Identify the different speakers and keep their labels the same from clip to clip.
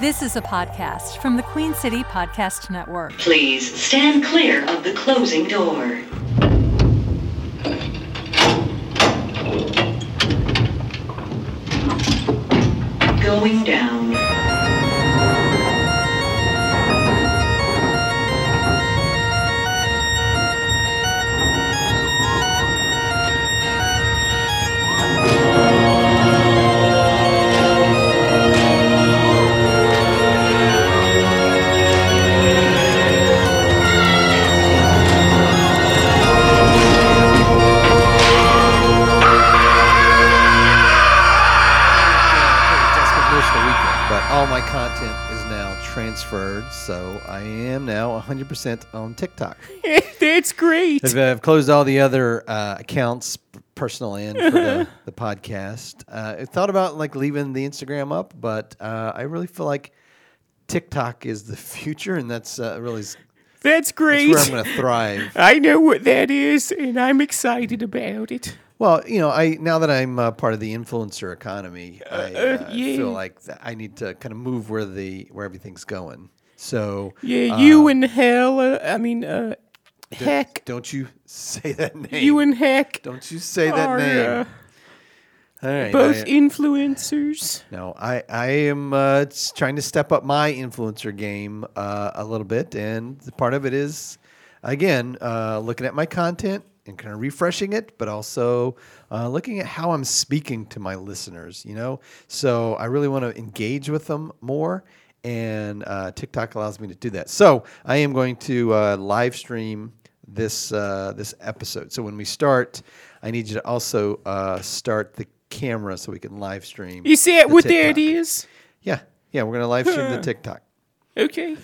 Speaker 1: This is a podcast from the Queen City Podcast Network.
Speaker 2: Please stand clear of the closing door. Going down.
Speaker 3: pretty desperate wish for weekend, but all my content is now transferred, so I am now 100% on TikTok.
Speaker 4: That's great.
Speaker 3: I've, I've uh, closed all the other uh, accounts, personal and for the, the podcast. Uh, I thought about like leaving the Instagram up, but uh, I really feel like TikTok is the future, and that's uh, really s-
Speaker 4: That's
Speaker 3: that's
Speaker 4: great.
Speaker 3: where I'm going to thrive.
Speaker 4: I know what that is, and I'm excited about it.
Speaker 3: Well, you know, I now that I'm uh, part of the influencer economy, I uh,
Speaker 4: yeah.
Speaker 3: feel like th- I need to kind of move where the where everything's going. So uh,
Speaker 4: Yeah, you and hell. Uh, I mean, uh, heck.
Speaker 3: Don't you say that name.
Speaker 4: You and heck
Speaker 3: Don't you say that
Speaker 4: are
Speaker 3: name.
Speaker 4: uh,
Speaker 3: All right.
Speaker 4: both
Speaker 3: I-
Speaker 4: influencers.
Speaker 3: no, I, I am uh, s- trying to step up my influencer game uh, a little bit. And the part of it is, again, uh, looking at my content and kind of refreshing it, but also uh, looking at how I'm speaking to my listeners, you know? So I really want to engage with them more. And uh, TikTok allows me to do that. So I am going to uh, live stream this uh, this episode. So when we start, I need you to also uh, start the camera so we can live stream.
Speaker 4: You see it
Speaker 3: the
Speaker 4: what that
Speaker 3: TikTok.
Speaker 4: is?
Speaker 3: Yeah, yeah, we're gonna live stream the TikTok.
Speaker 4: Okay.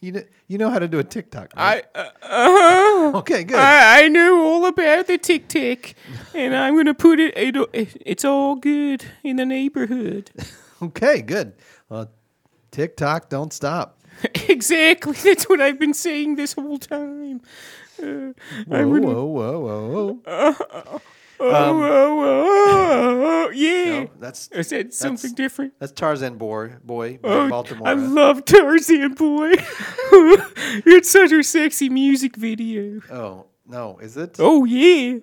Speaker 3: You know, you know how to do a TikTok.
Speaker 4: I
Speaker 3: Right?
Speaker 4: uh, uh-huh.
Speaker 3: okay, Oh, good.
Speaker 4: I, I know all about the tic tac, and I'm gonna put it. It'll, it- it's all good in the neighborhood.
Speaker 3: okay, good. Well, TikTok, don't stop.
Speaker 4: exactly. That's what I've been saying this whole time. Uh,
Speaker 3: Whoa,
Speaker 4: I'm gonna
Speaker 3: whoa, whoa, whoa, whoa.
Speaker 4: Oh, oh, oh, oh,
Speaker 3: Um,
Speaker 4: yeah.
Speaker 3: No, that's
Speaker 4: I said something
Speaker 3: that's-
Speaker 4: different.
Speaker 3: That's Tarzan boy, boy, by
Speaker 4: Oh,
Speaker 3: Baltimore.
Speaker 4: I love Tarzan Boy. it's such a sexy music video.
Speaker 3: oh no, is it?
Speaker 4: Oh, yeah.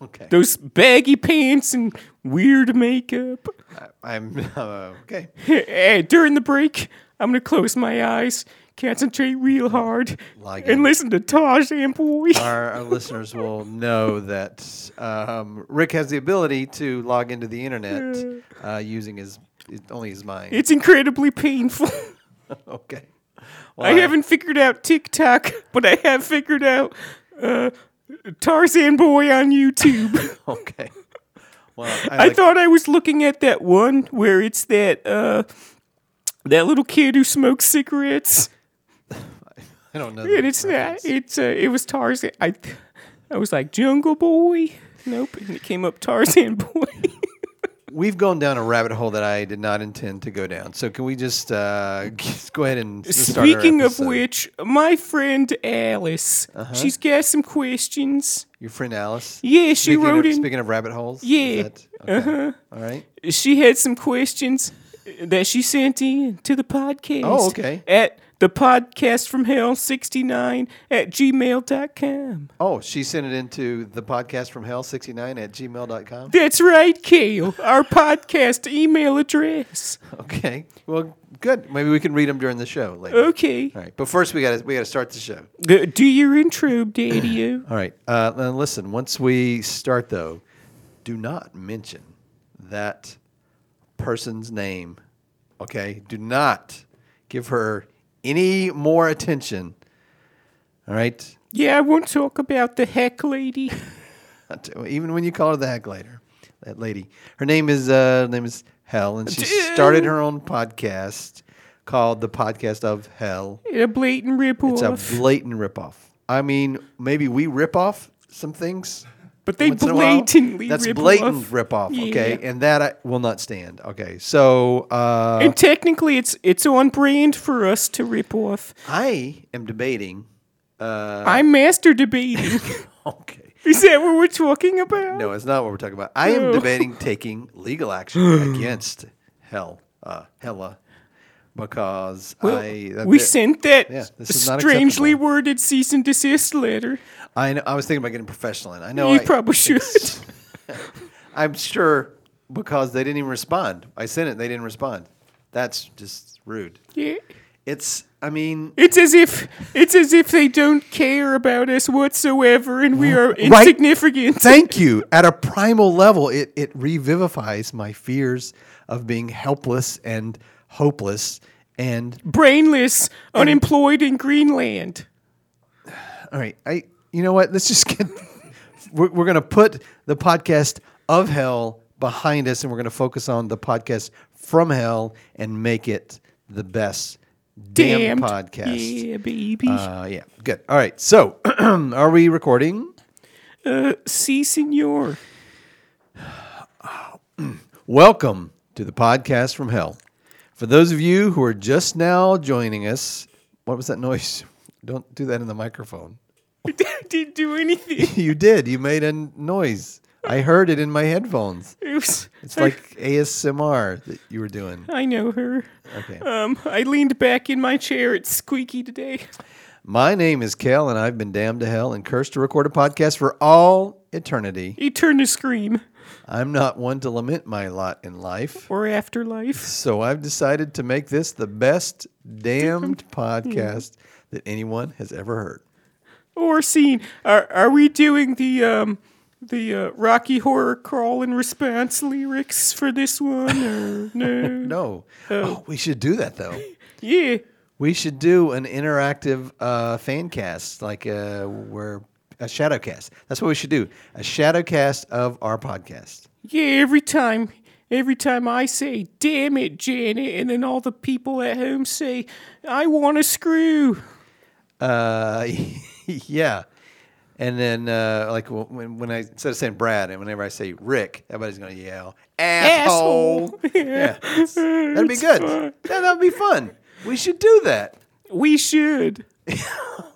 Speaker 3: okay.
Speaker 4: Those baggy pants and weird makeup.
Speaker 3: I'm uh, okay.
Speaker 4: hey, during the break, I'm going to close my eyes, concentrate real hard,
Speaker 3: Like
Speaker 4: and
Speaker 3: it.
Speaker 4: listen to Tarzan Boy.
Speaker 3: our, our listeners will know that um, Rick has the ability to log into the internet uh, using his his- only his mind.
Speaker 4: It's incredibly painful.
Speaker 3: okay.
Speaker 4: I haven't figured out TikTok, but I have figured out uh, Tarzan Boy on YouTube.
Speaker 3: Okay. Well, I,
Speaker 4: I
Speaker 3: like-
Speaker 4: thought I was looking at that one where it's that uh, that little kid who smokes cigarettes,
Speaker 3: I don't know.
Speaker 4: and
Speaker 3: the
Speaker 4: it's
Speaker 3: reference.
Speaker 4: not. It's uh, it was Tarzan. I I was like Jungle Boy. Nope, and it came up Tarzan Boy.
Speaker 3: We've gone down a rabbit hole that I did not intend to go down. So can we just, uh, just go ahead and just start our
Speaker 4: Speaking of
Speaker 3: episode? Uh-huh.
Speaker 4: which, my friend Alice, she's got some questions.
Speaker 3: your friend Alice.
Speaker 4: Yeah, she
Speaker 3: speaking
Speaker 4: wrote
Speaker 3: of,
Speaker 4: in-
Speaker 3: Speaking of rabbit holes. is
Speaker 4: Yeah. Uh-huh.
Speaker 3: that- okay. All right.
Speaker 4: she had some questions that she sent in to the podcast.
Speaker 3: Oh, okay.
Speaker 4: At the podcast from hell 69 at gmail.com.
Speaker 3: Oh, she sent it into the podcast from hell 69 at gmail.com.
Speaker 4: That's right, Kale. Our podcast email address.
Speaker 3: Okay. Well, good. Maybe we can read them during the show later.
Speaker 4: Okay.
Speaker 3: All right, but first we got to we got to start the show.
Speaker 4: G- Do your intro, Daddy.
Speaker 3: All right, uh, now listen. Once we start, though, do not mention that person's name. Okay, do not give her any more attention. All right,
Speaker 4: yeah, I won't talk about the heck lady.
Speaker 3: even when you call her the heck later, that lady. Her name is uh, her name is Hell, and she started her own podcast called the Podcast of Hell.
Speaker 4: A blatant
Speaker 3: It's a
Speaker 4: ripoff.
Speaker 3: blatant ripoff. I mean, maybe we rip off some things.
Speaker 4: But they
Speaker 3: once in a while.
Speaker 4: blatantly
Speaker 3: That's
Speaker 4: rip
Speaker 3: blatant
Speaker 4: off.
Speaker 3: rip off. Okay,
Speaker 4: Yeah.
Speaker 3: and that I will not stand. Okay, so uh,
Speaker 4: and technically, it's it's on brand for us to rip off.
Speaker 3: I am debating. Uh,
Speaker 4: I'm master debating.
Speaker 3: okay,
Speaker 4: Is that what we're talking about?
Speaker 3: no, it's not what we're talking about. I am
Speaker 4: No.
Speaker 3: debating taking legal action against Hell, uh, Hella, because I that-
Speaker 4: we
Speaker 3: that-
Speaker 4: sent that
Speaker 3: Yeah, this is not
Speaker 4: strangely
Speaker 3: acceptable.
Speaker 4: worded cease and desist letter.
Speaker 3: I know, I was thinking about getting professional, and I know
Speaker 4: You
Speaker 3: I,
Speaker 4: probably should.
Speaker 3: it's- I'm sure because they didn't even respond. I sent it, and they didn't respond. That's just rude.
Speaker 4: Yeah.
Speaker 3: It's I mean,
Speaker 4: It's as if it's as if they don't care about us whatsoever, and we are
Speaker 3: Right.
Speaker 4: insignificant.
Speaker 3: thank you. At a primal level, it it revivifies my fears of being helpless and hopeless. And
Speaker 4: brainless, unemployed in Greenland.
Speaker 3: all right, I you know what? Let's just get. We're, we're going to put the podcast of hell behind us, and we're going to focus on the podcast from hell and make it the best damn
Speaker 4: Damned.
Speaker 3: podcast.
Speaker 4: Yeah, baby.
Speaker 3: Uh, yeah, good. All right. So, are we recording?
Speaker 4: Uh, si, senor.
Speaker 3: Welcome to the podcast from hell. For those of you who are just now joining us, what was that noise? Don't do that in the microphone.
Speaker 4: I didn't do anything.
Speaker 3: You did. You made a n- noise. I heard it in my headphones.
Speaker 4: It was,
Speaker 3: It's like ASMR that you were doing.
Speaker 4: I know her.
Speaker 3: Okay.
Speaker 4: Um, I leaned back in my chair. It's squeaky today.
Speaker 3: My name is Kel, and I've been damned to hell and cursed to record a podcast for all eternity.
Speaker 4: He turned to scream
Speaker 3: I'm not one to lament my lot in life.
Speaker 4: or afterlife.
Speaker 3: So I've decided to make this the best damned podcast that anyone has ever heard.
Speaker 4: or scene. Are are we doing the um the uh, Rocky Horror Crawl and Response lyrics for this one? Or no.
Speaker 3: No. Oh, we should do that though.
Speaker 4: Yeah.
Speaker 3: We should do an interactive uh, fan cast, like uh, where a shadow cast. That's what we should do. A shadow cast of our podcast.
Speaker 4: Yeah, every time every time I say, damn it, Janet, and then all the people at home say, I wanna screw.
Speaker 3: Uh, yeah. And then, uh, like w- when, when I instead of saying Brad, and whenever I say Rick, everybody's gonna yell asshole.
Speaker 4: Asshole.
Speaker 3: Yeah, it's- that'd be good. Yeah, that'd be fun. We should do that.
Speaker 4: We should.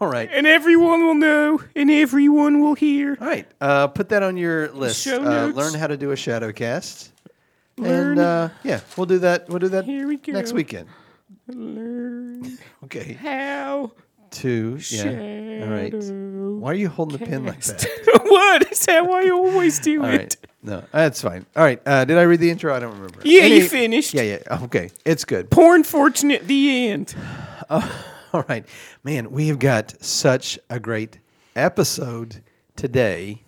Speaker 3: All right.
Speaker 4: And everyone will know and everyone will hear.
Speaker 3: All right. Uh, put that on your list.
Speaker 4: Show
Speaker 3: uh,
Speaker 4: notes.
Speaker 3: learn how to do a shadow cast.
Speaker 4: Learn.
Speaker 3: And uh, yeah, we'll do that. We'll do that
Speaker 4: Here we go.
Speaker 3: next weekend.
Speaker 4: Learn
Speaker 3: Okay.
Speaker 4: how
Speaker 3: Two.
Speaker 4: shadow
Speaker 3: Yeah. All right. Why are you holding the pin like that?
Speaker 4: what? Is that why you always do
Speaker 3: All
Speaker 4: it?
Speaker 3: right. No, that's fine. All right. Uh, did I read the intro? I don't remember.
Speaker 4: Yeah, you finished.
Speaker 3: Yeah, yeah. Okay. It's good.
Speaker 4: Porn fortunate the end.
Speaker 3: All right. Man, we have got such a great episode today.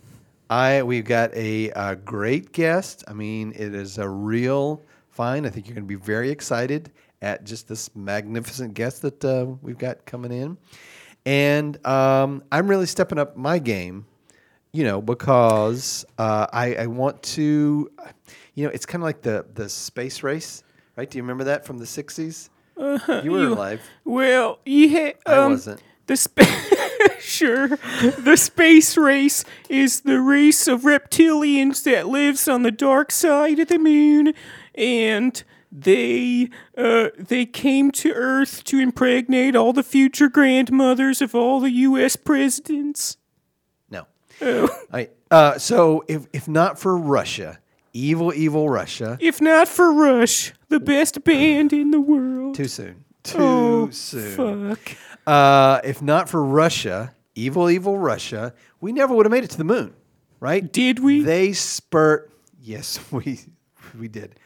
Speaker 3: I we've got a, uh great guest. I mean, it is a real find. I think you're going to be very excited at just this magnificent guest that uh, we've got coming in. And um, I'm really stepping up my game, you know, because uh, I, I want to, you know, it's kind of like the the space race, right? Do you remember that from the '60s? you were alive.
Speaker 4: Well, you had
Speaker 3: I
Speaker 4: um,
Speaker 3: wasn't.
Speaker 4: the spa- sure the space race is the race of reptilians that lives on the dark side of the moon, and they uh, they came to Earth to impregnate all the future grandmothers of all the U.S. presidents.
Speaker 3: No. All right. Uh, so if if not for Russia, evil, evil Russia.
Speaker 4: If not for Rush, the best band in the world.
Speaker 3: Too soon. Too
Speaker 4: Oh,
Speaker 3: soon.
Speaker 4: Fuck.
Speaker 3: Uh, if not for Russia, evil, evil Russia, we never would have made it to the moon, right?
Speaker 4: Did we?
Speaker 3: They spurt. Yes, we we did.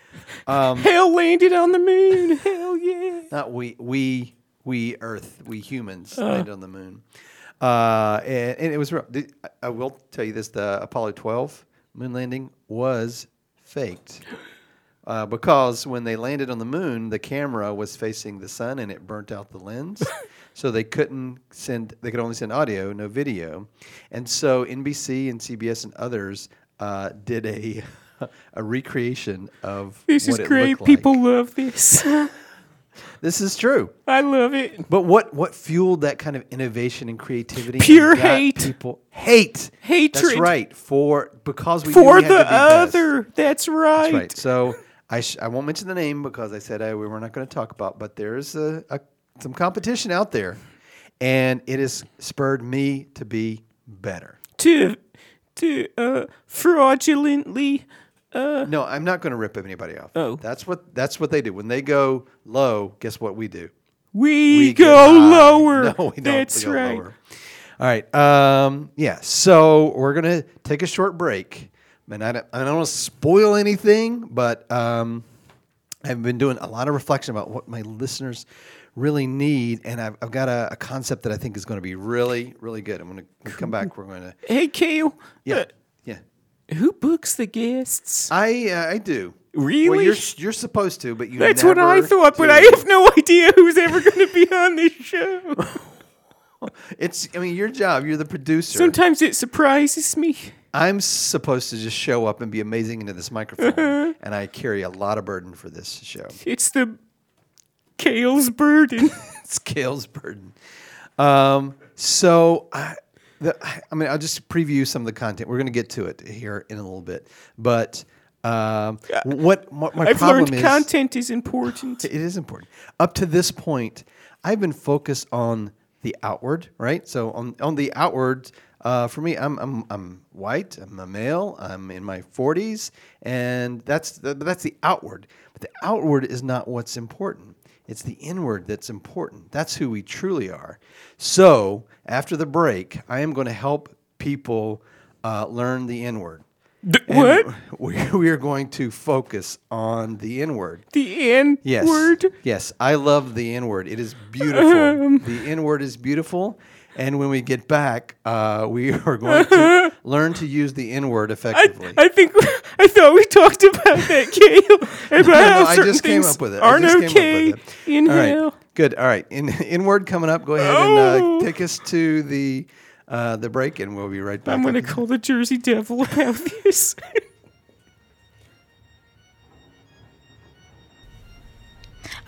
Speaker 4: Hell landed on the moon. Hell yeah.
Speaker 3: Not we we we Earth we humans landed on the moon. Uh, and, and it was real. Did- I- I will tell you this: the Apollo 12 moon landing was faked. uh, because when they landed on the moon, the camera was facing the sun and it burnt out the lens. so they couldn't send, they could only send audio, no video. And so NBC and CBS and others uh, did a, a recreation of
Speaker 4: This
Speaker 3: what
Speaker 4: is
Speaker 3: it
Speaker 4: great.
Speaker 3: looked like.
Speaker 4: People love this.
Speaker 3: This is true.
Speaker 4: I love it.
Speaker 3: But what, what fueled that kind of innovation and creativity? and
Speaker 4: Pure
Speaker 3: got
Speaker 4: hate.
Speaker 3: People hate.
Speaker 4: Hatred.
Speaker 3: That's right. For because we knew
Speaker 4: For
Speaker 3: we had to be
Speaker 4: the
Speaker 3: best.
Speaker 4: other. That's right.
Speaker 3: That's right. So I, sh- I won't mention the name because I said I, we were not going to talk about, but there's a, a, some competition out there, and it has spurred me to be better.
Speaker 4: To to uh, fraudulently
Speaker 3: no, I'm not going to rip anybody off.
Speaker 4: Oh.
Speaker 3: that's what that's what they do when they go low. Guess what we do?
Speaker 4: We,
Speaker 3: get
Speaker 4: go
Speaker 3: high.
Speaker 4: lower.
Speaker 3: No, we don't. We
Speaker 4: That's
Speaker 3: go
Speaker 4: right.
Speaker 3: lower. All right. Um, yeah. So we're gonna take a short break, and I don't, I don't want to spoil anything, but um, I've been doing a lot of reflection about what my listeners really need, and I've, I've got a, a concept that I think is going to be really, really good. I'm going to come back. We're going to
Speaker 4: Hey, Kale.
Speaker 3: yeah,
Speaker 4: uh,
Speaker 3: yeah.
Speaker 4: who books the guests?
Speaker 3: I uh, I do. Well,
Speaker 4: Really?
Speaker 3: you're you're supposed to, but you.
Speaker 4: That's what I
Speaker 3: never
Speaker 4: thought, but
Speaker 3: do.
Speaker 4: I have no idea who's ever going to be on this show.
Speaker 3: It's I mean your job. You're the producer.
Speaker 4: Sometimes it surprises me.
Speaker 3: I'm supposed to just show up and be amazing into this microphone,
Speaker 4: Mm-hmm.
Speaker 3: and I carry a lot of burden for this show.
Speaker 4: It's the Kale's burden.
Speaker 3: It's Kale's burden. Um, so, I, the, I mean, I'll just preview some of the content. We're going to get to it here in a little bit, but um, what my, my
Speaker 4: I've
Speaker 3: problem
Speaker 4: learned
Speaker 3: is
Speaker 4: content is important.
Speaker 3: it is important. Up to this point, I've been focused on the outward, right? So on on the outward, uh, for me, I'm, I'm I'm white. I'm a male. I'm in my 40s, and that's the, that's the outward. But the outward is not what's important. It's the inward that's important. That's who we truly are. So after the break, I am going to help people uh, learn the inward.
Speaker 4: The-
Speaker 3: And
Speaker 4: what?
Speaker 3: We, we are going to focus on the inward.
Speaker 4: The N
Speaker 3: Yes.
Speaker 4: word? Um.
Speaker 3: Yes, I love the N word. It is beautiful. the N word is beautiful. And when we get back, uh, we are going to learn to use the N word effectively.
Speaker 4: I think I thought we talked about that, Kale. About
Speaker 3: No,
Speaker 4: how
Speaker 3: I
Speaker 4: certain
Speaker 3: just came
Speaker 4: things
Speaker 3: up with it.
Speaker 4: Aren't
Speaker 3: I just
Speaker 4: okay.
Speaker 3: came up with it.
Speaker 4: Inhale.
Speaker 3: All right. Good. All right. In inward coming up. Go ahead
Speaker 4: Oh.
Speaker 3: and uh, take us to the uh, the break, and we'll be right back. Uh,
Speaker 4: I'm going to
Speaker 3: after
Speaker 4: call the Jersey Devil about this.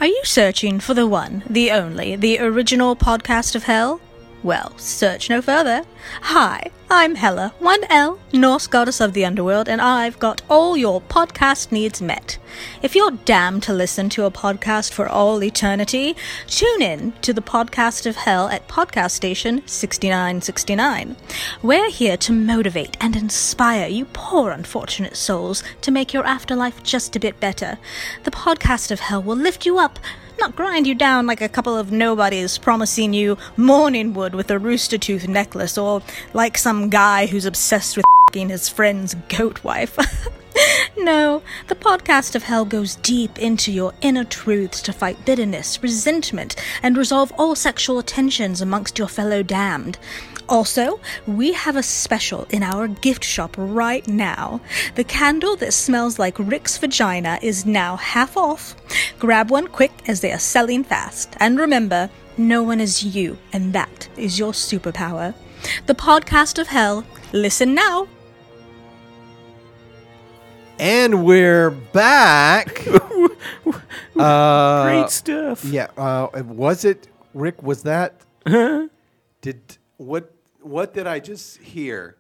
Speaker 5: Are you searching for the one, the only, the original podcast of hell? Well, search no further. Hi, I'm Hella, 1L, Norse goddess of the underworld, and I've got all your podcast needs met. If you're damned to listen to a podcast for all eternity, tune in to the podcast of hell at Podcast Station 6969. We're here to motivate and inspire you poor unfortunate souls to make your afterlife just a bit better. The podcast of hell will lift you up, not grind you down like a couple of nobodies promising you morning wood with a rooster tooth necklace, or like some guy who's obsessed with f***ing his friend's goat wife. No, the podcast of hell goes deep into your inner truths to fight bitterness, resentment, and resolve all sexual tensions amongst your fellow damned. Also, we have a special in our gift shop right now. The candle that smells like Rick's vagina is now half off. Grab one quick as they are selling fast. And remember, no one is you, and that is your superpower. The podcast of hell. Listen now.
Speaker 3: the- And we're back. Uh,
Speaker 4: Great stuff.
Speaker 3: Yeah. Uh, was it Rick? Was that? did what? What did I just hear?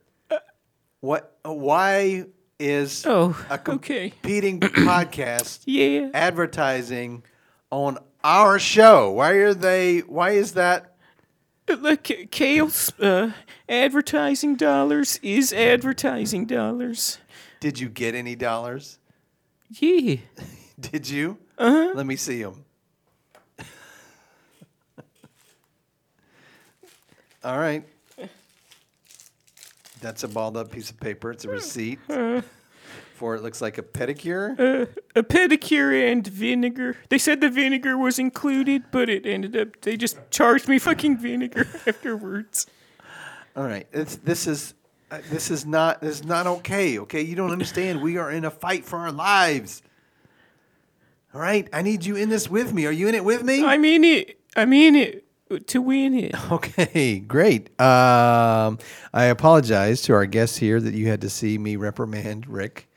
Speaker 3: What? uh, Why is
Speaker 4: Oh,
Speaker 3: a
Speaker 4: okay.
Speaker 3: competing podcast
Speaker 4: Yeah.
Speaker 3: advertising on our show? Why are they? Why is that?
Speaker 4: Uh, Look, Kale's uh, advertising dollars is advertising dollars.
Speaker 3: Did you get any dollars?
Speaker 4: Yeah.
Speaker 3: Did you? Uh-huh. Let me see them. All right. That's a balled up piece of paper. It's a receipt for it looks like a pedicure.
Speaker 4: A pedicure and vinegar. They said the vinegar was included, but it ended up, they just charged me fucking vinegar afterwards.
Speaker 3: All right. It's, this is uh, this is not this is not okay. Okay, you don't understand. We are in a fight for our lives. All right. I need you in this with me. Are you in it with me?
Speaker 4: I mean it. I mean it. To win it.
Speaker 3: Okay, great. Um, I apologize to our guests here that you had to see me reprimand Rick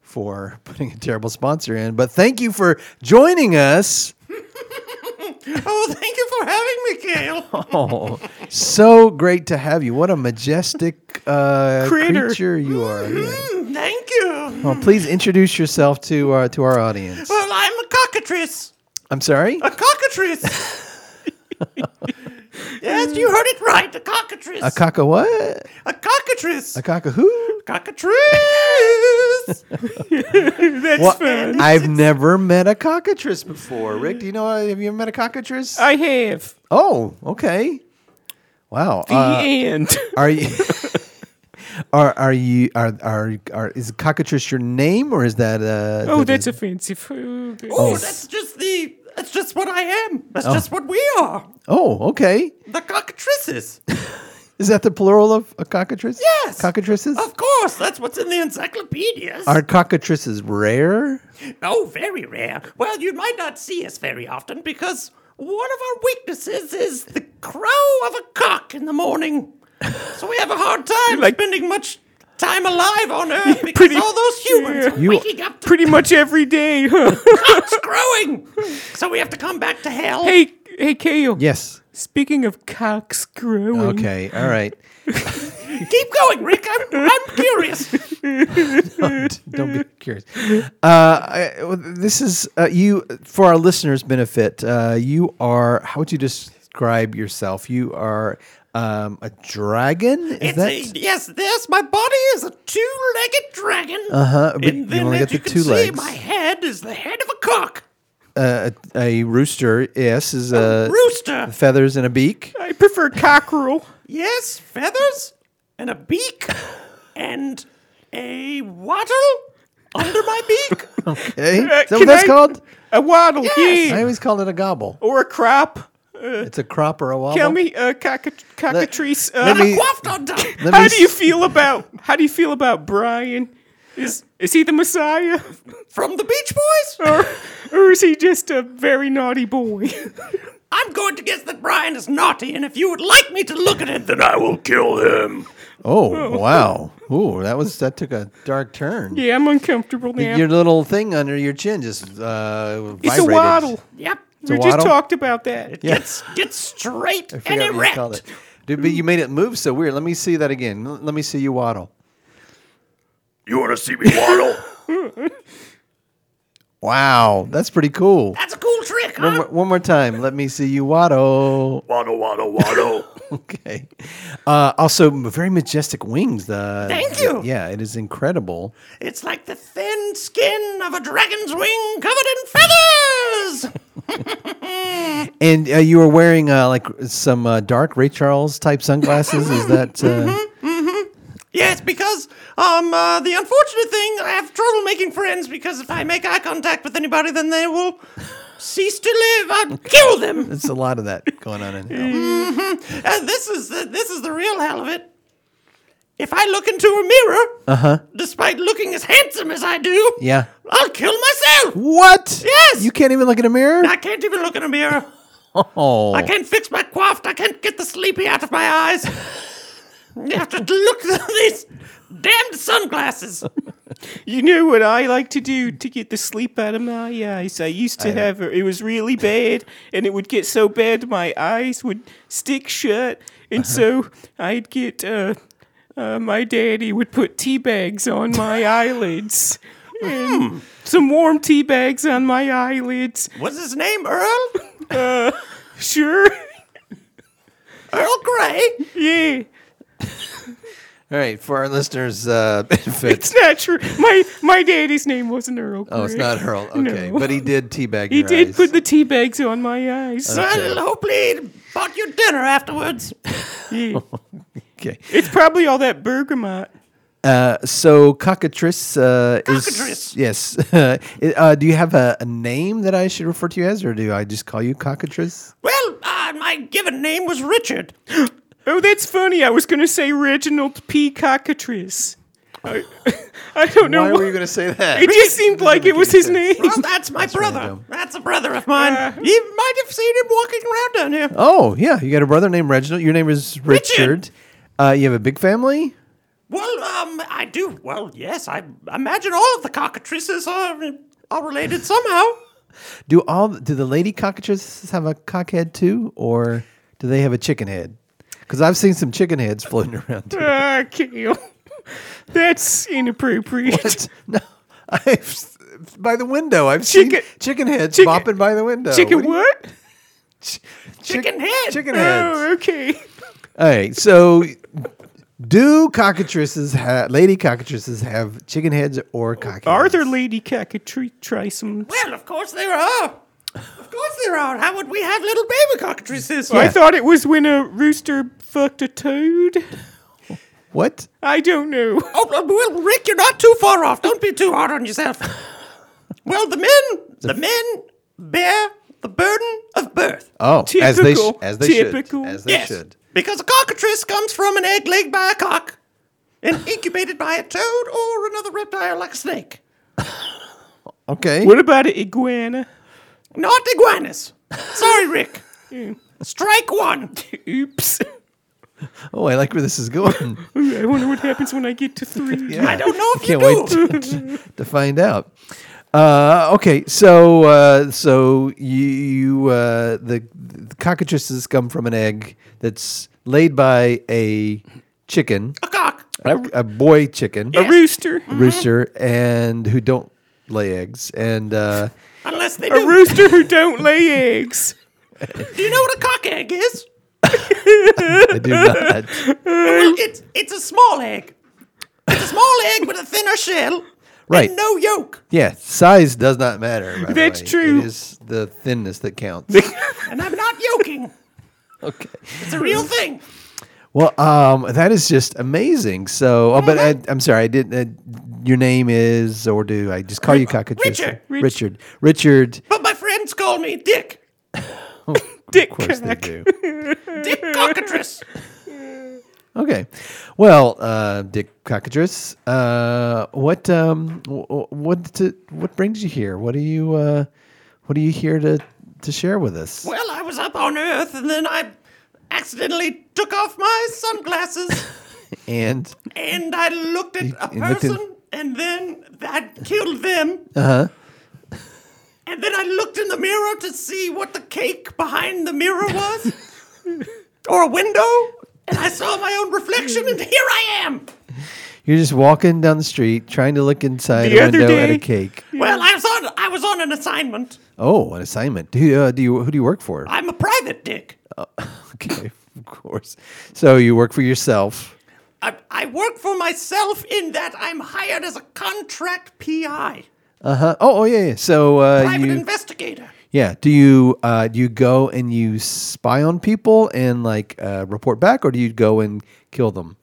Speaker 3: for putting a terrible sponsor in, but thank you for joining us.
Speaker 4: Oh, thank you for having me, Kale.
Speaker 3: Oh, so great to have you. What a majestic uh,
Speaker 4: Critter.
Speaker 3: creature you are. Yeah.
Speaker 4: thank you.
Speaker 3: Well, please introduce yourself to uh, to our audience.
Speaker 4: Well, I'm a cockatrice.
Speaker 3: I'm sorry.
Speaker 4: A cockatrice. yes, you heard it right. A cockatrice.
Speaker 3: A cock a what?
Speaker 4: A cockatrice.
Speaker 3: A cock a who?
Speaker 4: cockatrice.
Speaker 6: cockatrice. That's
Speaker 3: Well,
Speaker 6: fun.
Speaker 3: I've never met a cockatrice before. Rick, do you know? Have you ever met a cockatrice?
Speaker 6: I have
Speaker 3: oh, okay. Wow.
Speaker 6: the
Speaker 3: Uh,
Speaker 6: end.
Speaker 3: are you? Are are you are are are is cockatrice your name or is that uh
Speaker 6: Oh,
Speaker 3: the-
Speaker 6: that's
Speaker 3: the-
Speaker 6: offensive. Oh, that's-
Speaker 4: Oh, that's just the. That's just what I am. That's just what we are.
Speaker 3: oh okay
Speaker 4: The cockatrices.
Speaker 3: is that the plural of a cockatrice
Speaker 4: Yes.
Speaker 3: cockatrices
Speaker 4: Of course, that's what's in the encyclopedias.
Speaker 3: are cockatrices rare
Speaker 4: Oh, very rare. Well, you might not see us very often because one of our weaknesses is the crow of a cock in the morning. So we have a hard time
Speaker 6: Like-
Speaker 4: spending much time alive on Earth because
Speaker 6: pretty-
Speaker 4: all those humans are
Speaker 3: You-
Speaker 4: waking up to
Speaker 6: pretty much every day, huh?
Speaker 4: cocks crowing. So we have to come back to hell.
Speaker 6: hey, hey, Kale.
Speaker 3: yes
Speaker 6: Speaking of cocks growing,
Speaker 3: okay all right
Speaker 4: Keep going, Rick. I'm, I'm curious.
Speaker 3: don't, don't be curious. Uh, I, well, this is uh, you for our listeners' benefit. Uh, you are how would you describe yourself? You are um, a dragon. Is
Speaker 4: It's
Speaker 3: that
Speaker 4: a, yes, this my body is a two-legged dragon.
Speaker 3: Uh-huh, but you
Speaker 4: And then,
Speaker 3: only
Speaker 4: as
Speaker 3: got the
Speaker 4: you can
Speaker 3: two
Speaker 4: see,
Speaker 3: legs.
Speaker 4: my head is the head of a cock.
Speaker 3: a rooster? Yes, is a,
Speaker 4: Rooster.
Speaker 3: feathers and a beak.
Speaker 6: I prefer cockerel.
Speaker 4: Yes, feathers and a beak and a wattle under my beak.
Speaker 3: Okay, Eh? is
Speaker 6: Uh,
Speaker 3: that what
Speaker 6: can
Speaker 3: that's
Speaker 6: I-
Speaker 3: called?
Speaker 6: A waddle,
Speaker 4: Yes.
Speaker 3: I
Speaker 6: yeah.
Speaker 3: always called it a gobble.
Speaker 6: Or a crop.
Speaker 3: It's a crop or a wobble.
Speaker 6: Tell me, uh, cockat- cockatrice.
Speaker 3: let
Speaker 6: uh,
Speaker 3: me-
Speaker 4: Quaffed on top.
Speaker 3: Let me
Speaker 6: how do you
Speaker 3: s-
Speaker 6: feel about how do you feel about Brian? Is is he the Messiah,
Speaker 4: From the Beach Boys?
Speaker 6: or or is he just a very naughty boy?
Speaker 4: I'm going to guess that Brian is naughty, and if you would like me to look at him, then I will kill him.
Speaker 3: Oh wow! Ooh, that was that took a dark turn.
Speaker 6: yeah, I'm uncomfortable now.
Speaker 3: Your little thing under your chin just uh, vibrated.
Speaker 6: it's a waddle.
Speaker 4: Yep.
Speaker 6: We
Speaker 3: a
Speaker 6: just
Speaker 3: waddle?
Speaker 6: talked about that.
Speaker 3: Yeah.
Speaker 4: Gets, gets straight
Speaker 3: I
Speaker 4: and
Speaker 3: forgot what you
Speaker 4: erect.
Speaker 3: called it. Dude, but you made it move so weird. Let me see that again. L- Let me see you waddle.
Speaker 4: You want to see me waddle?
Speaker 3: Wow, that's pretty cool.
Speaker 4: That's a cool trick,
Speaker 6: Ah.
Speaker 3: One more,
Speaker 4: huh?
Speaker 3: one more time. Let me see you waddle.
Speaker 4: Waddle, waddle, waddle.
Speaker 3: Okay. Uh, also, m- very majestic wings. The,
Speaker 4: Thank
Speaker 3: the-
Speaker 4: you.
Speaker 3: Yeah, it is incredible.
Speaker 4: It's like the thin skin of a dragon's wing covered in feathers.
Speaker 3: And uh, you were wearing uh, like some uh, dark Ray Charles type sunglasses. is that? Uh,
Speaker 4: Yes, because um uh, the unfortunate thing, I have trouble making friends because if I make eye contact with anybody, then they will cease to live. I'll kill them.
Speaker 3: It's a lot of that going on in hell.
Speaker 4: And this is the, this is the real hell of it. If I look into a mirror, uh-huh. despite looking as handsome as I do,
Speaker 3: Yeah.
Speaker 4: I'll kill myself.
Speaker 3: What?
Speaker 4: Yes!
Speaker 3: You can't even look in a mirror.
Speaker 4: I can't even look in a mirror.
Speaker 3: Oh,
Speaker 4: I can't fix my quaff. I can't get the sleepy out of my eyes. You have to look through these damned sunglasses.
Speaker 6: You know what I like to do to get the sleep out of my eyes? I used to have it. It was really bad, and it would get so bad my eyes would stick shut, and
Speaker 3: Uh-huh.
Speaker 6: so I'd get. Uh, uh, my daddy would put tea bags on my eyelids,
Speaker 3: Hmm.
Speaker 6: and some warm tea bags on my eyelids.
Speaker 4: What's his name, Earl?
Speaker 6: Sure,
Speaker 4: Earl Grey?
Speaker 6: yeah,
Speaker 3: All right, for our listeners' uh, benefit.
Speaker 6: it's not true. My my daddy's name wasn't Earl.
Speaker 3: Oh, it's
Speaker 6: Grey.
Speaker 3: not Earl. Okay,
Speaker 6: No.
Speaker 3: but he did teabag
Speaker 6: He
Speaker 3: your
Speaker 6: did
Speaker 3: eyes.
Speaker 6: put the tea bags on my eyes.
Speaker 4: Well, hopefully he bought you dinner afterwards.
Speaker 6: Yeah.
Speaker 3: okay.
Speaker 6: It's probably all that bergamot.
Speaker 3: Uh, so cockatrice, uh, is
Speaker 4: Cockatrice.
Speaker 3: yes. uh, do you have a, a name that I should refer to you as, or do I just call you cockatrice?
Speaker 4: Well, uh, my given name was Richard.
Speaker 6: Oh, that's funny. I was going to say Reginald P. Cockatrice. I, I don't know.
Speaker 3: Why
Speaker 6: why-
Speaker 3: were you going to say that?
Speaker 6: it just seemed like it was his name.
Speaker 4: Well, that's my brother.
Speaker 3: random.
Speaker 4: That's a brother of mine.
Speaker 6: Uh,
Speaker 4: you might have seen him walking around down here.
Speaker 3: Oh yeah, you got a brother named Reginald. Your name is Richard.
Speaker 4: Richard.
Speaker 3: Uh, you have a big family.
Speaker 4: Well, um, I do. Well, yes, I imagine all of the cockatrices are, are related somehow.
Speaker 3: Do all do the lady cockatrices have a cockhead too, or do they have a chicken head? Because I've seen some chicken heads floating around. Too.
Speaker 6: Ah, Kale. That's inappropriate.
Speaker 3: No, I've by the window. I've seen
Speaker 6: Chicken-
Speaker 3: chicken heads
Speaker 6: chicken-
Speaker 3: bopping by the window.
Speaker 6: Chicken
Speaker 3: do you-
Speaker 6: what?
Speaker 3: Ch-
Speaker 4: Chicken head.
Speaker 3: Chicken heads.
Speaker 6: Oh, okay.
Speaker 3: All right. So, Do cockatrices, ha- lady cockatrices, have chicken heads or cock
Speaker 6: Are
Speaker 3: heads?
Speaker 6: there lady cockatrice try some?
Speaker 4: Well, of course there are. Of course there are. How would we have little baby cockatrices?
Speaker 6: I thought it was when a rooster fucked a toad.
Speaker 3: What?
Speaker 6: I don't know.
Speaker 4: Oh, uh, well, Rick, you're not too far off. Don't be too hard on yourself. well, the men, the men bear the burden of birth.
Speaker 3: Oh, as they sh-
Speaker 6: Typical.
Speaker 3: as they
Speaker 6: Typical.
Speaker 3: should. As they
Speaker 4: yes,
Speaker 3: should.
Speaker 4: because a cockatrice comes from an egg laid by a cock and incubated by a toad or another reptile like a snake.
Speaker 3: Okay.
Speaker 6: What about an iguana?
Speaker 4: Not iguanas. Sorry, Rick. Strike one.
Speaker 6: Oops.
Speaker 3: Oh, I like where this is going.
Speaker 6: Ooh, I wonder what happens when I get to three.
Speaker 4: I don't know if you
Speaker 3: Can't
Speaker 4: do.
Speaker 3: wait to, to find out. Uh, okay, so uh, so you, you uh, the, the cockatrices come from an egg that's laid by a chicken,
Speaker 4: A cock.
Speaker 3: a, a boy chicken,
Speaker 6: A rooster.
Speaker 4: Mm-hmm.
Speaker 3: rooster, and who don't lay eggs. And uh,
Speaker 4: Unless they
Speaker 6: A
Speaker 4: do.
Speaker 6: rooster who don't lay eggs.
Speaker 4: Do you know what a cock egg is?
Speaker 3: I do not.
Speaker 4: Well, it's it's a small egg. It's a small egg with a thinner shell.
Speaker 3: Right.
Speaker 4: And no yolk.
Speaker 3: Yeah, size does not matter. by the
Speaker 6: That's
Speaker 3: way.
Speaker 6: true.
Speaker 3: It is the thinness that counts.
Speaker 4: And I'm not yoking.
Speaker 3: okay.
Speaker 4: It's a real thing.
Speaker 3: Well, um, that is just amazing. So, oh, but I, I'm sorry, I didn't. Uh, your name is, or do I just call you Cockatrice?
Speaker 4: Richard.
Speaker 3: Richard. Richard.
Speaker 4: But my friends call me Dick.
Speaker 6: Dick
Speaker 3: Of course they
Speaker 6: cock.
Speaker 3: do.
Speaker 4: Dick Cockatrice.
Speaker 3: Okay. Well, uh, Dick Cockatrice, uh, what um, wh- wh- what to, what brings you here? What are you uh, what are you here to to share with us?
Speaker 4: Well, I was up on Earth and then I accidentally took off my sunglasses
Speaker 3: And
Speaker 4: and I looked at a
Speaker 3: you looked in-
Speaker 4: person and then I killed them. Uh huh.
Speaker 3: uh-huh,
Speaker 4: And then I looked in the mirror to see what the cake behind the mirror was or a window. And I saw my own reflection and here I am.
Speaker 3: you're just walking down the street trying to look inside
Speaker 6: The
Speaker 3: a
Speaker 6: other
Speaker 3: window at
Speaker 6: day-
Speaker 3: a cake.
Speaker 4: Well, I was on I was on an assignment.
Speaker 3: Oh, an assignment. Do you, uh, do you who do you work for?
Speaker 4: I'm a private dick.
Speaker 3: Okay, of course. So you work for yourself.
Speaker 4: I, I work for myself in that I'm hired as a contract PI,
Speaker 3: Uh, oh, oh yeah, yeah. So uh,
Speaker 4: private
Speaker 3: you,
Speaker 4: investigator.
Speaker 3: yeah. Do you uh, do you go and you spy on people and like uh, report back, or do you go and kill them?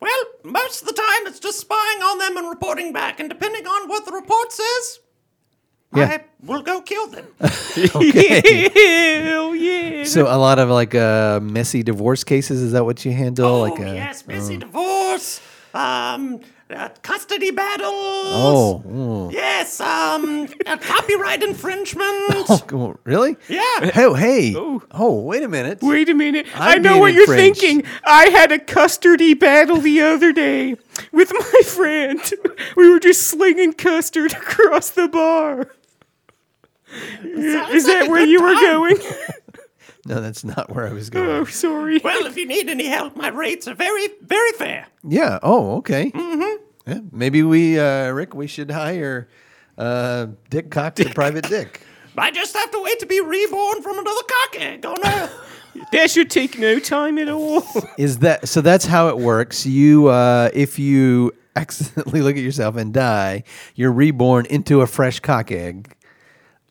Speaker 4: Well, most of the time it's just spying on them and reporting back, and depending on what the report says,
Speaker 3: Yeah.
Speaker 4: I will go kill them.
Speaker 3: Okay.
Speaker 6: Hell yeah.
Speaker 3: so a lot of like uh, messy divorce cases. Is that what you handle?
Speaker 4: oh,
Speaker 3: like uh, a,
Speaker 4: yes, messy divorce, um, uh, custody battles.
Speaker 3: Oh, mm.
Speaker 4: Yes, um, uh, copyright infringement.
Speaker 3: Oh, cool. really?
Speaker 4: Yeah.
Speaker 3: Hey, hey. Oh, wait a minute.
Speaker 6: Wait a minute. i
Speaker 3: I'm
Speaker 6: know
Speaker 3: being
Speaker 6: what you're
Speaker 3: infringed.
Speaker 6: thinking. I had a custardy battle the other day with my friend. We were just slinging custard across the bar. Is that
Speaker 4: like a
Speaker 6: where
Speaker 4: good
Speaker 6: you were
Speaker 4: time.
Speaker 6: going?
Speaker 3: No, that's not where I was
Speaker 6: Oh,
Speaker 3: going.
Speaker 6: sorry.
Speaker 4: Well, if you need any help, my rates are very, very fair.
Speaker 3: Yeah. Oh, okay. Mm-hmm. Yeah, maybe we, uh, Rick, we should hire uh, Dick Cox, the private Dick.
Speaker 4: I just have to wait to be reborn from another Oh, cock egg on Earth.
Speaker 6: That should take no time at all.
Speaker 3: Is that so? That's how it works. You, uh, if you accidentally look at yourself and die, you're reborn into a fresh cock egg.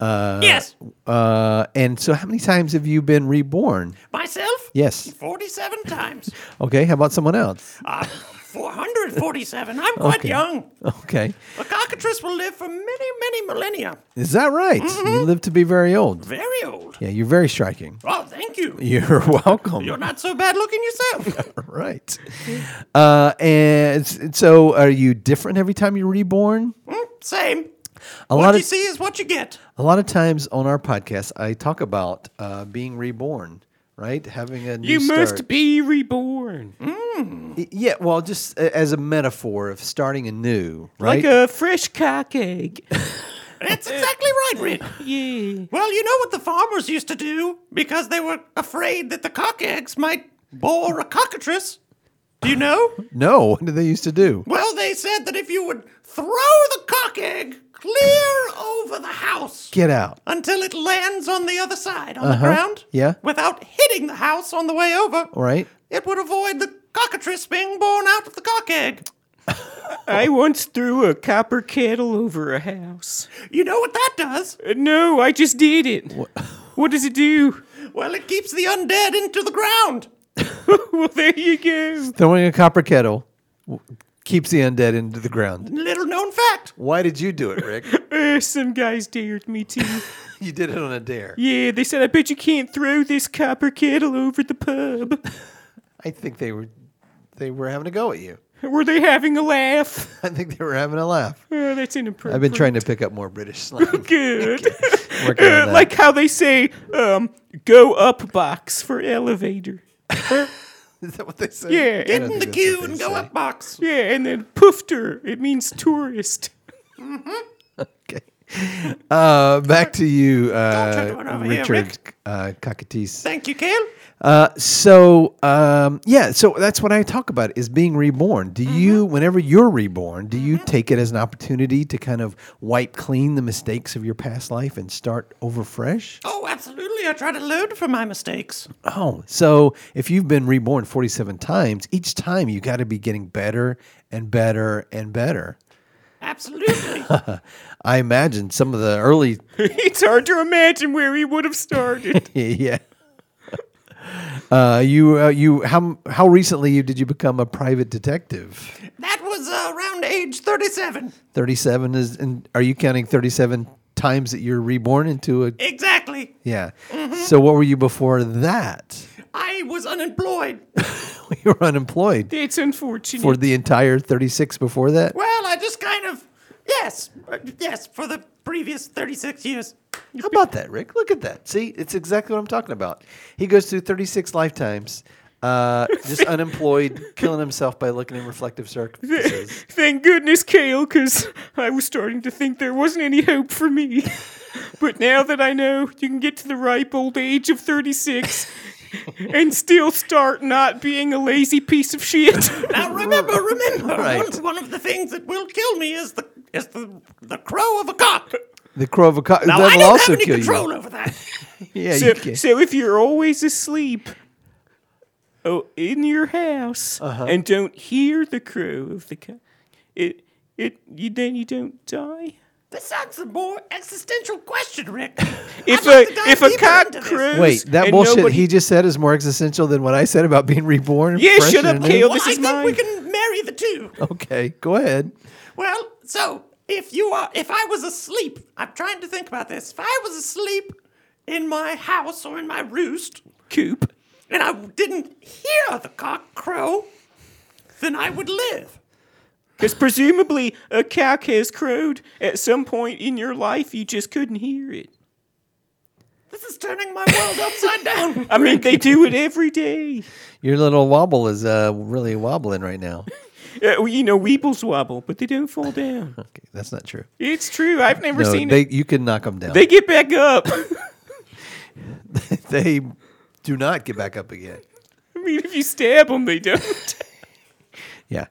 Speaker 4: yes,
Speaker 3: Uh, and so, how many times have you been reborn?
Speaker 4: myself.
Speaker 3: Yes.
Speaker 4: Forty-seven times.
Speaker 3: Okay. How about someone else?
Speaker 4: Uh, 447. I'm quite
Speaker 3: Okay.
Speaker 4: young.
Speaker 3: Okay.
Speaker 4: A cockatrice will live for many, many millennia.
Speaker 3: Is that right? You live to be very old.
Speaker 4: Very old.
Speaker 3: Yeah, you're very striking.
Speaker 4: Oh, thank you.
Speaker 3: You're welcome.
Speaker 4: You're not so bad looking yourself.
Speaker 3: right. Uh, and s- so, are you different every time you're reborn?
Speaker 4: Same.
Speaker 3: A
Speaker 4: what
Speaker 3: lot
Speaker 4: you
Speaker 3: of
Speaker 4: see is what you get.
Speaker 3: a lot of times on our podcast, I talk about uh, being reborn. Right, having a new
Speaker 6: You
Speaker 3: start.
Speaker 6: must be reborn.
Speaker 3: Y- Yeah, well, just a- as a metaphor of starting anew, right?
Speaker 6: Like a fresh cock egg.
Speaker 4: That's exactly right, Rick.
Speaker 6: Yeah.
Speaker 4: Well, you know what the farmers used to do because they were afraid that the cock eggs might bore a cockatrice. Do you know?
Speaker 3: no, what did they used to do?
Speaker 4: Well, they said that if you would throw the cock egg clear over the house
Speaker 3: Get out.
Speaker 4: until it lands on the other side on the ground,
Speaker 3: yeah.
Speaker 4: without hitting the house on the way over,
Speaker 3: All right.
Speaker 4: it would avoid the cockatrice being born out of the cock egg.
Speaker 6: I once threw a copper kettle over a house.
Speaker 4: You know what that does?
Speaker 6: Uh, No, I just did it. What, does it do?
Speaker 4: Well, it keeps the undead into the ground.
Speaker 6: well, there you go.
Speaker 3: Throwing a copper kettle w- keeps the undead into the ground.
Speaker 4: Little known fact.
Speaker 3: Why did you do it, Rick?
Speaker 6: Uh, some guys dared me to.
Speaker 3: you did it on a dare.
Speaker 6: yeah, they said, I bet you can't throw this copper kettle over the pub.
Speaker 3: I think they were they were having a go at you.
Speaker 6: Were they having a laugh?
Speaker 3: I think they were having a laugh.
Speaker 6: Oh, that's inappropriate.
Speaker 3: I've been trying to pick up more British slang.
Speaker 6: Good.
Speaker 3: Working on
Speaker 6: Uh,
Speaker 3: that.
Speaker 6: like how they say, um, go up box for elevator.
Speaker 3: is that what they say?
Speaker 6: Yeah,
Speaker 3: I don't think
Speaker 6: in
Speaker 4: The
Speaker 3: that's
Speaker 4: queue
Speaker 3: what
Speaker 4: and
Speaker 3: they
Speaker 4: go
Speaker 3: say.
Speaker 4: up box.
Speaker 6: Yeah, and then poofter, it means tourist.
Speaker 3: Okay. Uh, back to you,
Speaker 4: Don't turn
Speaker 3: uh,
Speaker 4: around here,
Speaker 3: Richard
Speaker 4: Rick.
Speaker 3: uh, Cockatise.
Speaker 4: Thank you, Kale.
Speaker 3: Uh, so um, yeah, so that's what I talk about is being reborn. Do you, whenever you're reborn, do you take it as an opportunity to kind of wipe clean the mistakes of your past life and start over fresh?
Speaker 4: Oh, absolutely. I try to learn from my mistakes.
Speaker 3: Oh, so if you've been reborn 47 times, each time you got to be getting better and better and better.
Speaker 4: Absolutely.
Speaker 3: I imagine some of the early,
Speaker 6: it's hard to imagine where he would have started.
Speaker 3: yeah. Uh, you, uh, you, how how recently you did you become a private detective?
Speaker 4: that was uh, around age 37.
Speaker 3: 37 is and are you counting 37 times that you're reborn into a
Speaker 4: Exactly.
Speaker 3: yeah so what were you before that
Speaker 4: I was unemployed.
Speaker 3: you were unemployed
Speaker 6: That's unfortunate.
Speaker 3: for the entire 36 before that
Speaker 4: Well, I just kind of. Yes. uh, Yes, for the previous 36 years.
Speaker 3: how about that rick look at that see it's exactly what i'm talking about he goes through 36 lifetimes uh, just unemployed killing himself by looking in reflective surfaces
Speaker 6: Thank goodness, Kale, because I was starting to think there wasn't any hope for me. but now that I know you can get to the ripe old age of 36 and still start not being a lazy piece of shit.
Speaker 4: Now remember, remember,
Speaker 3: Right.
Speaker 4: one, one of the things that will kill me is the is the, the crow of a cock.
Speaker 3: the crow of a cock
Speaker 4: Now
Speaker 3: that'll
Speaker 4: I don't
Speaker 3: also
Speaker 4: have any
Speaker 3: kill
Speaker 4: control
Speaker 3: you
Speaker 4: over that.
Speaker 3: yeah
Speaker 6: so,
Speaker 3: you can.
Speaker 6: so if you're always asleep oh, in your house
Speaker 3: Uh-huh.
Speaker 6: and don't hear the crow of the cock, it, it, you, then you don't die.
Speaker 4: This sounds a more existential question, Rick.
Speaker 6: If
Speaker 4: like
Speaker 6: a
Speaker 4: to dive
Speaker 6: if a
Speaker 4: deeper
Speaker 6: cock
Speaker 4: into this.
Speaker 6: crows,
Speaker 3: Wait, that
Speaker 6: and
Speaker 3: bullshit
Speaker 6: nobody-
Speaker 3: he just said is more existential than what I said about being reborn. and
Speaker 6: Yeah,
Speaker 3: fresh
Speaker 6: shut
Speaker 3: and
Speaker 6: up,
Speaker 3: new?
Speaker 6: Caleb.
Speaker 4: Well,
Speaker 6: this
Speaker 4: I
Speaker 6: is
Speaker 4: think we
Speaker 6: mine.
Speaker 4: can marry the two.
Speaker 3: Okay, go ahead.
Speaker 4: Well, so if you are, if I was asleep, I'm trying to think about this. If I was asleep in my house or in my roost coop, and I didn't hear the cock crow, then I would live.
Speaker 6: Because presumably a cock has crowed at some point in your life, you just couldn't hear it.
Speaker 4: This is turning my world upside down.
Speaker 6: I mean, they do it every day.
Speaker 3: Your little wobble is uh, really wobbling right now.
Speaker 6: Uh, well, you know, weebles wobble, but they don't fall down.
Speaker 3: Okay, that's not true.
Speaker 6: It's true. I've never
Speaker 3: No,
Speaker 6: seen
Speaker 3: they,
Speaker 6: it.
Speaker 3: you can knock them down.
Speaker 6: They get back up. I
Speaker 3: They do not get back up again.
Speaker 6: mean, if you stab them, they don't.
Speaker 3: Yeah,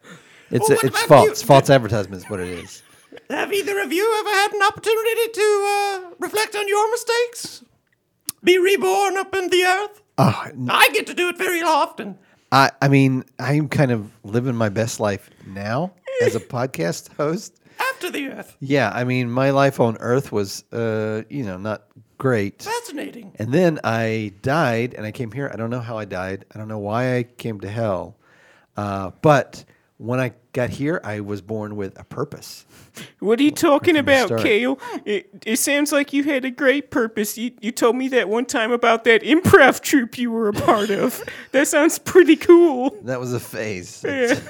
Speaker 3: it's
Speaker 4: Well,
Speaker 3: it's
Speaker 4: what about
Speaker 3: false.
Speaker 4: you?
Speaker 3: It's false advertisement is what it is.
Speaker 4: Have either of you ever had an opportunity to uh, reflect on your mistakes? Be reborn up in the earth?
Speaker 3: Oh,
Speaker 4: I get to do it very often.
Speaker 3: I I mean I'm kind of living my best life now as a podcast host.
Speaker 4: After the earth.
Speaker 3: Yeah, I mean my life on Earth was uh, you know not great.
Speaker 4: Fascinating.
Speaker 3: And then I died and I came here. I don't know how I died. I don't know why I came to hell. Uh, but when I got here, I was born with a purpose.
Speaker 6: What are you talking about,
Speaker 3: start.
Speaker 6: Kale? It, it sounds like you had a great purpose. You, you told me that one time about that improv troupe you were a part of. that sounds pretty cool.
Speaker 3: That was a phase.
Speaker 6: Yeah.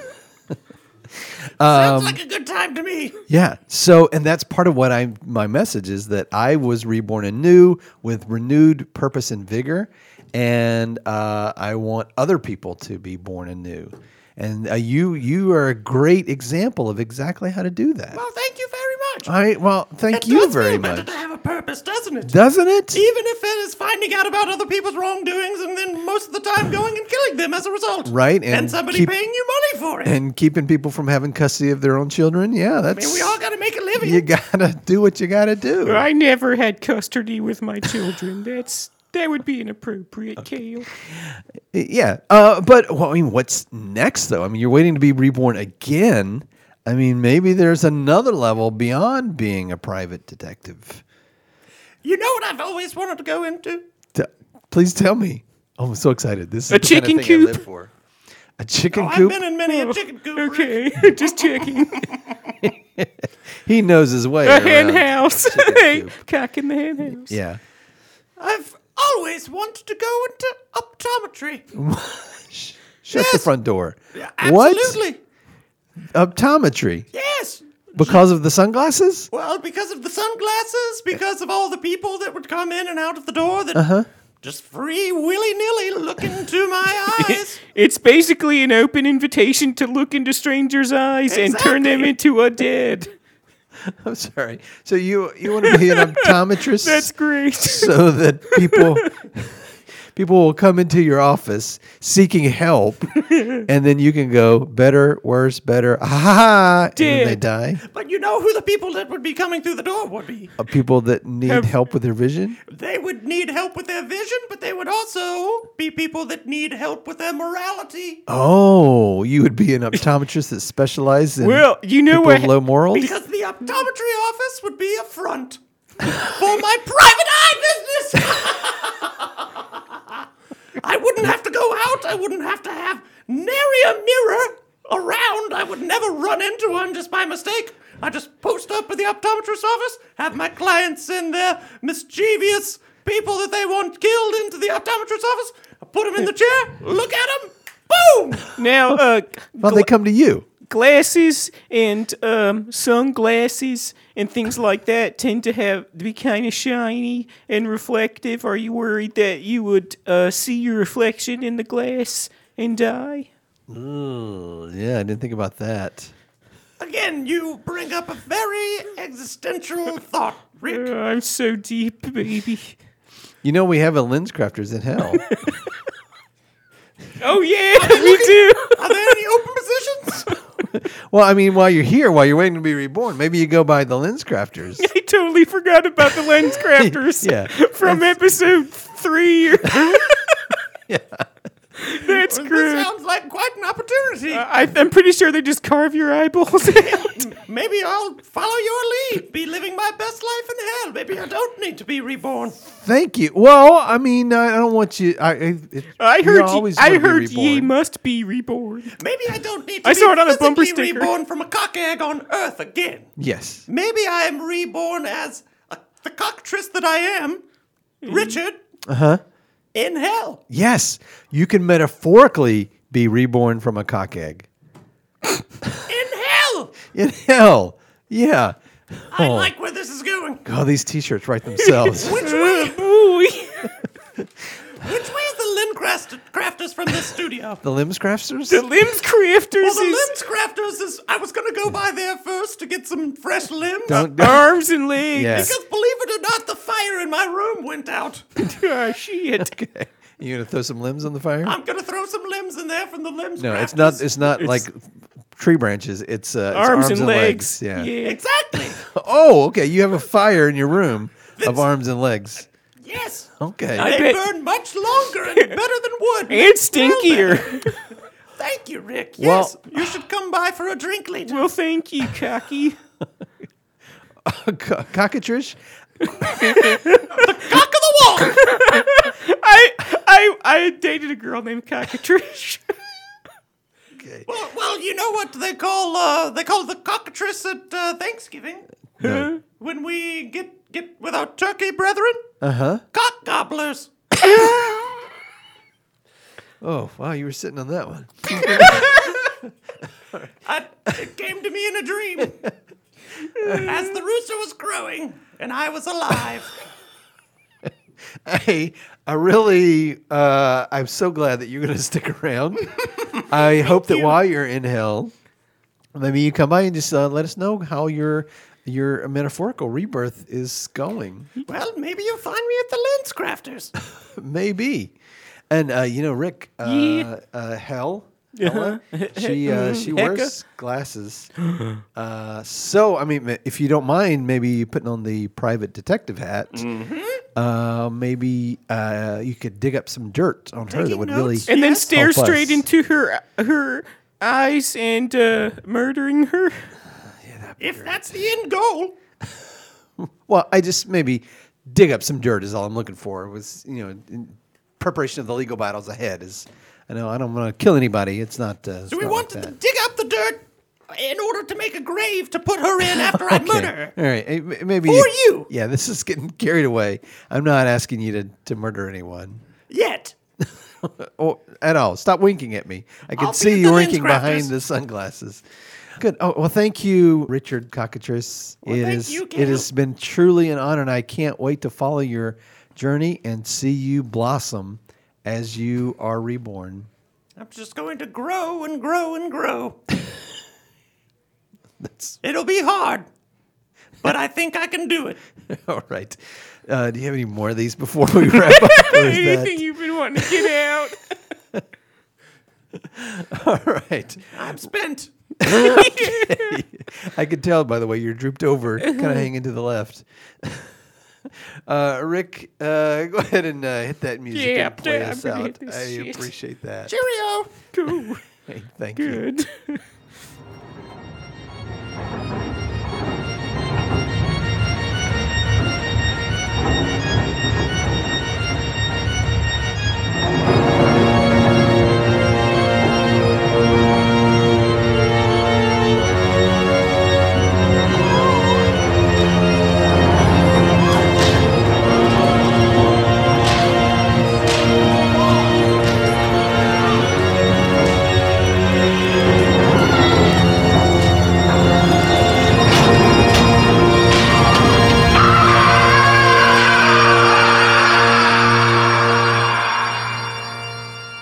Speaker 4: Sounds like a good time to me.
Speaker 3: yeah. So, and that's part of what I am my message is that I was reborn anew with renewed purpose and vigor, and uh, I want other people to be born anew. And uh, you you are a great example of exactly how to do that.
Speaker 4: Well, Oh, thank you very much.
Speaker 3: All right. Well, thank
Speaker 4: It
Speaker 3: you
Speaker 4: does
Speaker 3: very
Speaker 4: feel better
Speaker 3: much.
Speaker 4: to have a purpose, doesn't it?
Speaker 3: Doesn't it?
Speaker 4: Even if it is finding out about other people's wrongdoings and then most of the time going and killing them as a result.
Speaker 3: Right,
Speaker 4: And,
Speaker 3: and
Speaker 4: somebody
Speaker 3: keep-
Speaker 4: paying you money for it.
Speaker 3: and keeping people from having custody of their own children. Yeah,
Speaker 4: I
Speaker 3: that's
Speaker 4: mean, we all got to make a living.
Speaker 3: you gotta do what you gotta do.
Speaker 6: I never had custody with my children. That's That would be an appropriate tale.
Speaker 3: Yeah, uh, but well, I mean, what's next though? I mean, you're waiting to be reborn again. I mean, maybe there's another level beyond being a private detective.
Speaker 4: You know what I've always wanted to go into?
Speaker 3: T- please tell me. Oh, I'm so excited. This is
Speaker 6: A
Speaker 3: the kind of
Speaker 6: chicken
Speaker 3: thing I live
Speaker 6: coop.
Speaker 3: for. A chicken
Speaker 4: Oh, I've
Speaker 3: coop.
Speaker 4: been in many a chicken coop. Rick.
Speaker 6: Okay, just checking.
Speaker 3: he knows his way.
Speaker 6: A
Speaker 3: around
Speaker 6: hen house.
Speaker 3: chicken
Speaker 6: Hey,
Speaker 3: coop.
Speaker 6: cock in the hen house.
Speaker 3: Yeah.
Speaker 4: I've always wanted to go into optometry.
Speaker 3: Shut the
Speaker 4: Yes.
Speaker 3: front door.
Speaker 4: Absolutely.
Speaker 3: What? Optometry.
Speaker 4: Yes.
Speaker 3: Because of the sunglasses?
Speaker 4: Well, because of the sunglasses, because of all the people that would come in and out of the door that
Speaker 3: Uh-huh.
Speaker 4: just free willy nilly look into my eyes.
Speaker 6: It's basically an open invitation to look into strangers' eyes and turn them into a dead.
Speaker 3: I'm sorry. So you you want to be an optometrist?
Speaker 6: That's great.
Speaker 3: so that people people will come into your office seeking help, and then you can go better, worse, better. Ah, ha, ha, and then they
Speaker 6: Dude.
Speaker 3: die.
Speaker 4: But you know who the people that would be coming through the door would be?
Speaker 3: Uh, People that need
Speaker 6: Have-
Speaker 3: help with their vision.
Speaker 4: They would need help with their vision, but they would also be people that need help with their morality.
Speaker 3: Oh, you would be an optometrist that specializes in
Speaker 6: Well, you know
Speaker 3: people
Speaker 6: what-
Speaker 3: of low morals.
Speaker 4: Because the optometry office would be a front for my private eye business. I wouldn't have to go out. I wouldn't have to have nary a mirror around. I would never run into one just by mistake. I just post up at the optometrist's office, have my clients and their mischievous people that they want killed into the optometrist's office. I put them in the chair, look at them, boom!
Speaker 6: Now, uh,
Speaker 3: Well, they come to you.
Speaker 6: glasses and um, sunglasses and things like that tend to have to be kind of shiny and reflective. Are you worried that you would uh, see your reflection in the glass and die?
Speaker 3: Yeah, I didn't think about that.
Speaker 4: Again, you bring up a very existential thought, Rick.
Speaker 6: Uh, I'm so deep, baby.
Speaker 3: You know, we have a lens crafters in hell.
Speaker 6: Oh yeah, we do.
Speaker 4: Are there any open positions?
Speaker 3: well, I mean, while you're here, while you're waiting to be reborn, maybe you go by the lens crafters.
Speaker 6: I totally forgot about the lens crafters.
Speaker 3: Yeah,
Speaker 6: from episode three. yeah, that's
Speaker 4: this
Speaker 6: great.
Speaker 4: sounds like quite an opportunity.
Speaker 6: I, I'm pretty sure they just carve your eyeballs out.
Speaker 4: Maybe I'll follow your lead, be living my best life in hell. Maybe I don't need to be reborn.
Speaker 3: Thank you. Well, I mean, I I don't want you. I, I, it-
Speaker 6: I
Speaker 3: you
Speaker 6: heard. Ye,
Speaker 3: always
Speaker 6: I
Speaker 3: wanna be
Speaker 6: heard ye
Speaker 3: reborn.
Speaker 6: must be reborn.
Speaker 4: Maybe I don't need to
Speaker 6: I
Speaker 4: be
Speaker 6: saw it on a bumper
Speaker 4: physically
Speaker 6: sticker.
Speaker 4: reborn from a cock egg on Earth again.
Speaker 3: Yes.
Speaker 4: Maybe I am reborn as a, the cockatrice that I am,
Speaker 6: Mm.
Speaker 4: Richard. Uh huh. In hell.
Speaker 3: Yes. You can metaphorically be reborn from a cock egg.
Speaker 4: In hell.
Speaker 3: In hell. Yeah.
Speaker 4: I
Speaker 3: Oh.
Speaker 4: like where this is going.
Speaker 3: God, these t shirts write themselves.
Speaker 4: Which way?
Speaker 6: Ooh,
Speaker 4: Which way is the Lindcraft crafters from this studio?
Speaker 3: the limbs crafters?
Speaker 6: the limbs crafters
Speaker 4: Well, the
Speaker 6: is
Speaker 4: limbs crafters is. I was gonna go by there first to get some fresh limbs.
Speaker 3: Don't, don't-
Speaker 6: arms and legs.
Speaker 3: Yeah.
Speaker 4: Because believe it or not, the fire in my room went out.
Speaker 6: Ah, shit.
Speaker 3: you gonna throw some limbs on the fire?
Speaker 4: I'm gonna throw some limbs in there from the limbs.
Speaker 3: no, it's
Speaker 4: crafters.
Speaker 3: not. It's not like tree branches. It's, uh, it's
Speaker 6: Arms, and legs.
Speaker 3: Yeah.
Speaker 4: exactly.
Speaker 3: Oh, okay. You have a fire in your room of arms and legs.
Speaker 4: Yes,
Speaker 3: Okay.
Speaker 6: I
Speaker 4: they
Speaker 6: bet-
Speaker 4: burn much longer and better than wood.
Speaker 6: And
Speaker 4: Well,
Speaker 6: stinkier.
Speaker 4: Thank you, Rick.
Speaker 3: Well-
Speaker 4: Yes, you should come by for a drink later.
Speaker 6: well, thank you, cocky.
Speaker 3: Co- cockatrice?
Speaker 4: Cock of the wall.
Speaker 6: I I I dated a girl named Cockatrice.
Speaker 4: well, well, you know what they call uh, they call the cockatrice at uh, Thanksgiving
Speaker 3: No.
Speaker 4: when we get get with our turkey brethren. Uh
Speaker 3: Uh-huh.
Speaker 4: Cock gobblers.
Speaker 3: Oh, wow. You were sitting on that one.
Speaker 4: I, it came to me in a dream. As the rooster was crowing and I was alive.
Speaker 3: Hey, I really, uh, I'm so glad that you're going to stick around. I hope that while you're in hell, maybe you come by and just uh, let us know how your your metaphorical rebirth is going.
Speaker 4: Well, maybe you'll find me at the lens crafters.
Speaker 3: Maybe. And uh, you know, Rick, uh,
Speaker 6: Yeah.
Speaker 3: uh, hell, Hella, she uh,
Speaker 7: Mm-hmm.
Speaker 3: she
Speaker 6: Hecka.
Speaker 3: wears glasses.
Speaker 7: Mm-hmm.
Speaker 3: Uh, so I mean, if you don't mind, maybe putting on the private detective hat. Uh, maybe uh, you could dig up some dirt on her that
Speaker 7: Taking
Speaker 3: would
Speaker 7: notes?
Speaker 3: really.
Speaker 6: and then
Speaker 7: Yes.
Speaker 6: stare
Speaker 3: Help us.
Speaker 6: straight into her her eyes and uh, murdering her.
Speaker 7: If that's the end goal,
Speaker 3: Well, I just maybe dig up some dirt is all I'm looking for. Was you know, in preparation of the legal battles ahead is. I know I don't want to kill anybody. It's not. Uh,
Speaker 7: do we want to dig up the dirt in order to make a grave to put her in after I murder her?
Speaker 3: All right. eh, m- Maybe.
Speaker 7: For you.
Speaker 3: Yeah, this is getting carried away. I'm not asking you to, to murder anyone
Speaker 7: Yet.
Speaker 3: or at all. Stop winking at me. I can
Speaker 7: I'll be at
Speaker 3: see
Speaker 7: the
Speaker 3: you
Speaker 7: lens
Speaker 3: winking
Speaker 7: crafters.
Speaker 3: behind the sunglasses. Good. Oh well, thank you, Richard Cockatrice. It
Speaker 7: thank
Speaker 3: is-
Speaker 7: you,
Speaker 3: It
Speaker 7: Cal.
Speaker 3: has been truly an honor, and I can't wait to follow your journey and see you blossom as you are reborn.
Speaker 7: I'm just going to grow and grow and grow. It'll be hard, but I think I can do it.
Speaker 3: All right. Uh, do you have any more of these before we wrap up? or is that-
Speaker 6: Anything you've been wanting to get out.
Speaker 3: all right.
Speaker 7: I'm spent.
Speaker 3: I could tell by the way you're drooped over, kind of hanging to the left. Uh, Rick, uh, go ahead and uh, hit that music
Speaker 6: Yeah,
Speaker 3: and play
Speaker 6: I'm
Speaker 3: us
Speaker 6: gonna hit
Speaker 3: out.
Speaker 6: this
Speaker 3: I
Speaker 6: shit.
Speaker 3: appreciate that.
Speaker 7: Cheerio.
Speaker 6: Go.
Speaker 3: Hey, thank you.
Speaker 6: Good.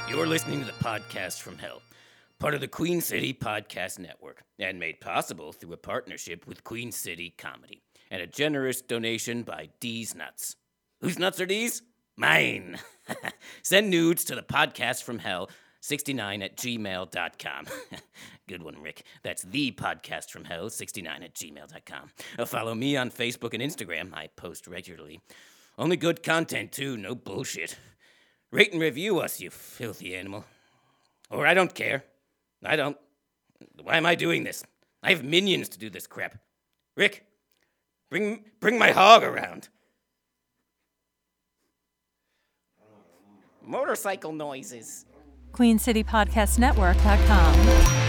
Speaker 4: You're listening to the podcast from Hell, part of the Queen City Podcast Network, and made possible through a partnership with Queen City Comedy and a generous donation by D's Nuts. Whose nuts are these? Mine. Send nudes to the podcast from Hell. 69 at gmail.com. Good one, Rick. That's the podcast from hell, 69 at gmail.com. Uh, follow me on Facebook and Instagram. I post regularly. Only good content, too, no bullshit. Rate and review us, you filthy animal. Or I don't care. I don't. Why am I doing this? I have minions to do this crap. Rick, bring bring my hog around. Motorcycle noises.
Speaker 1: QueenCityPodcastNetwork.com.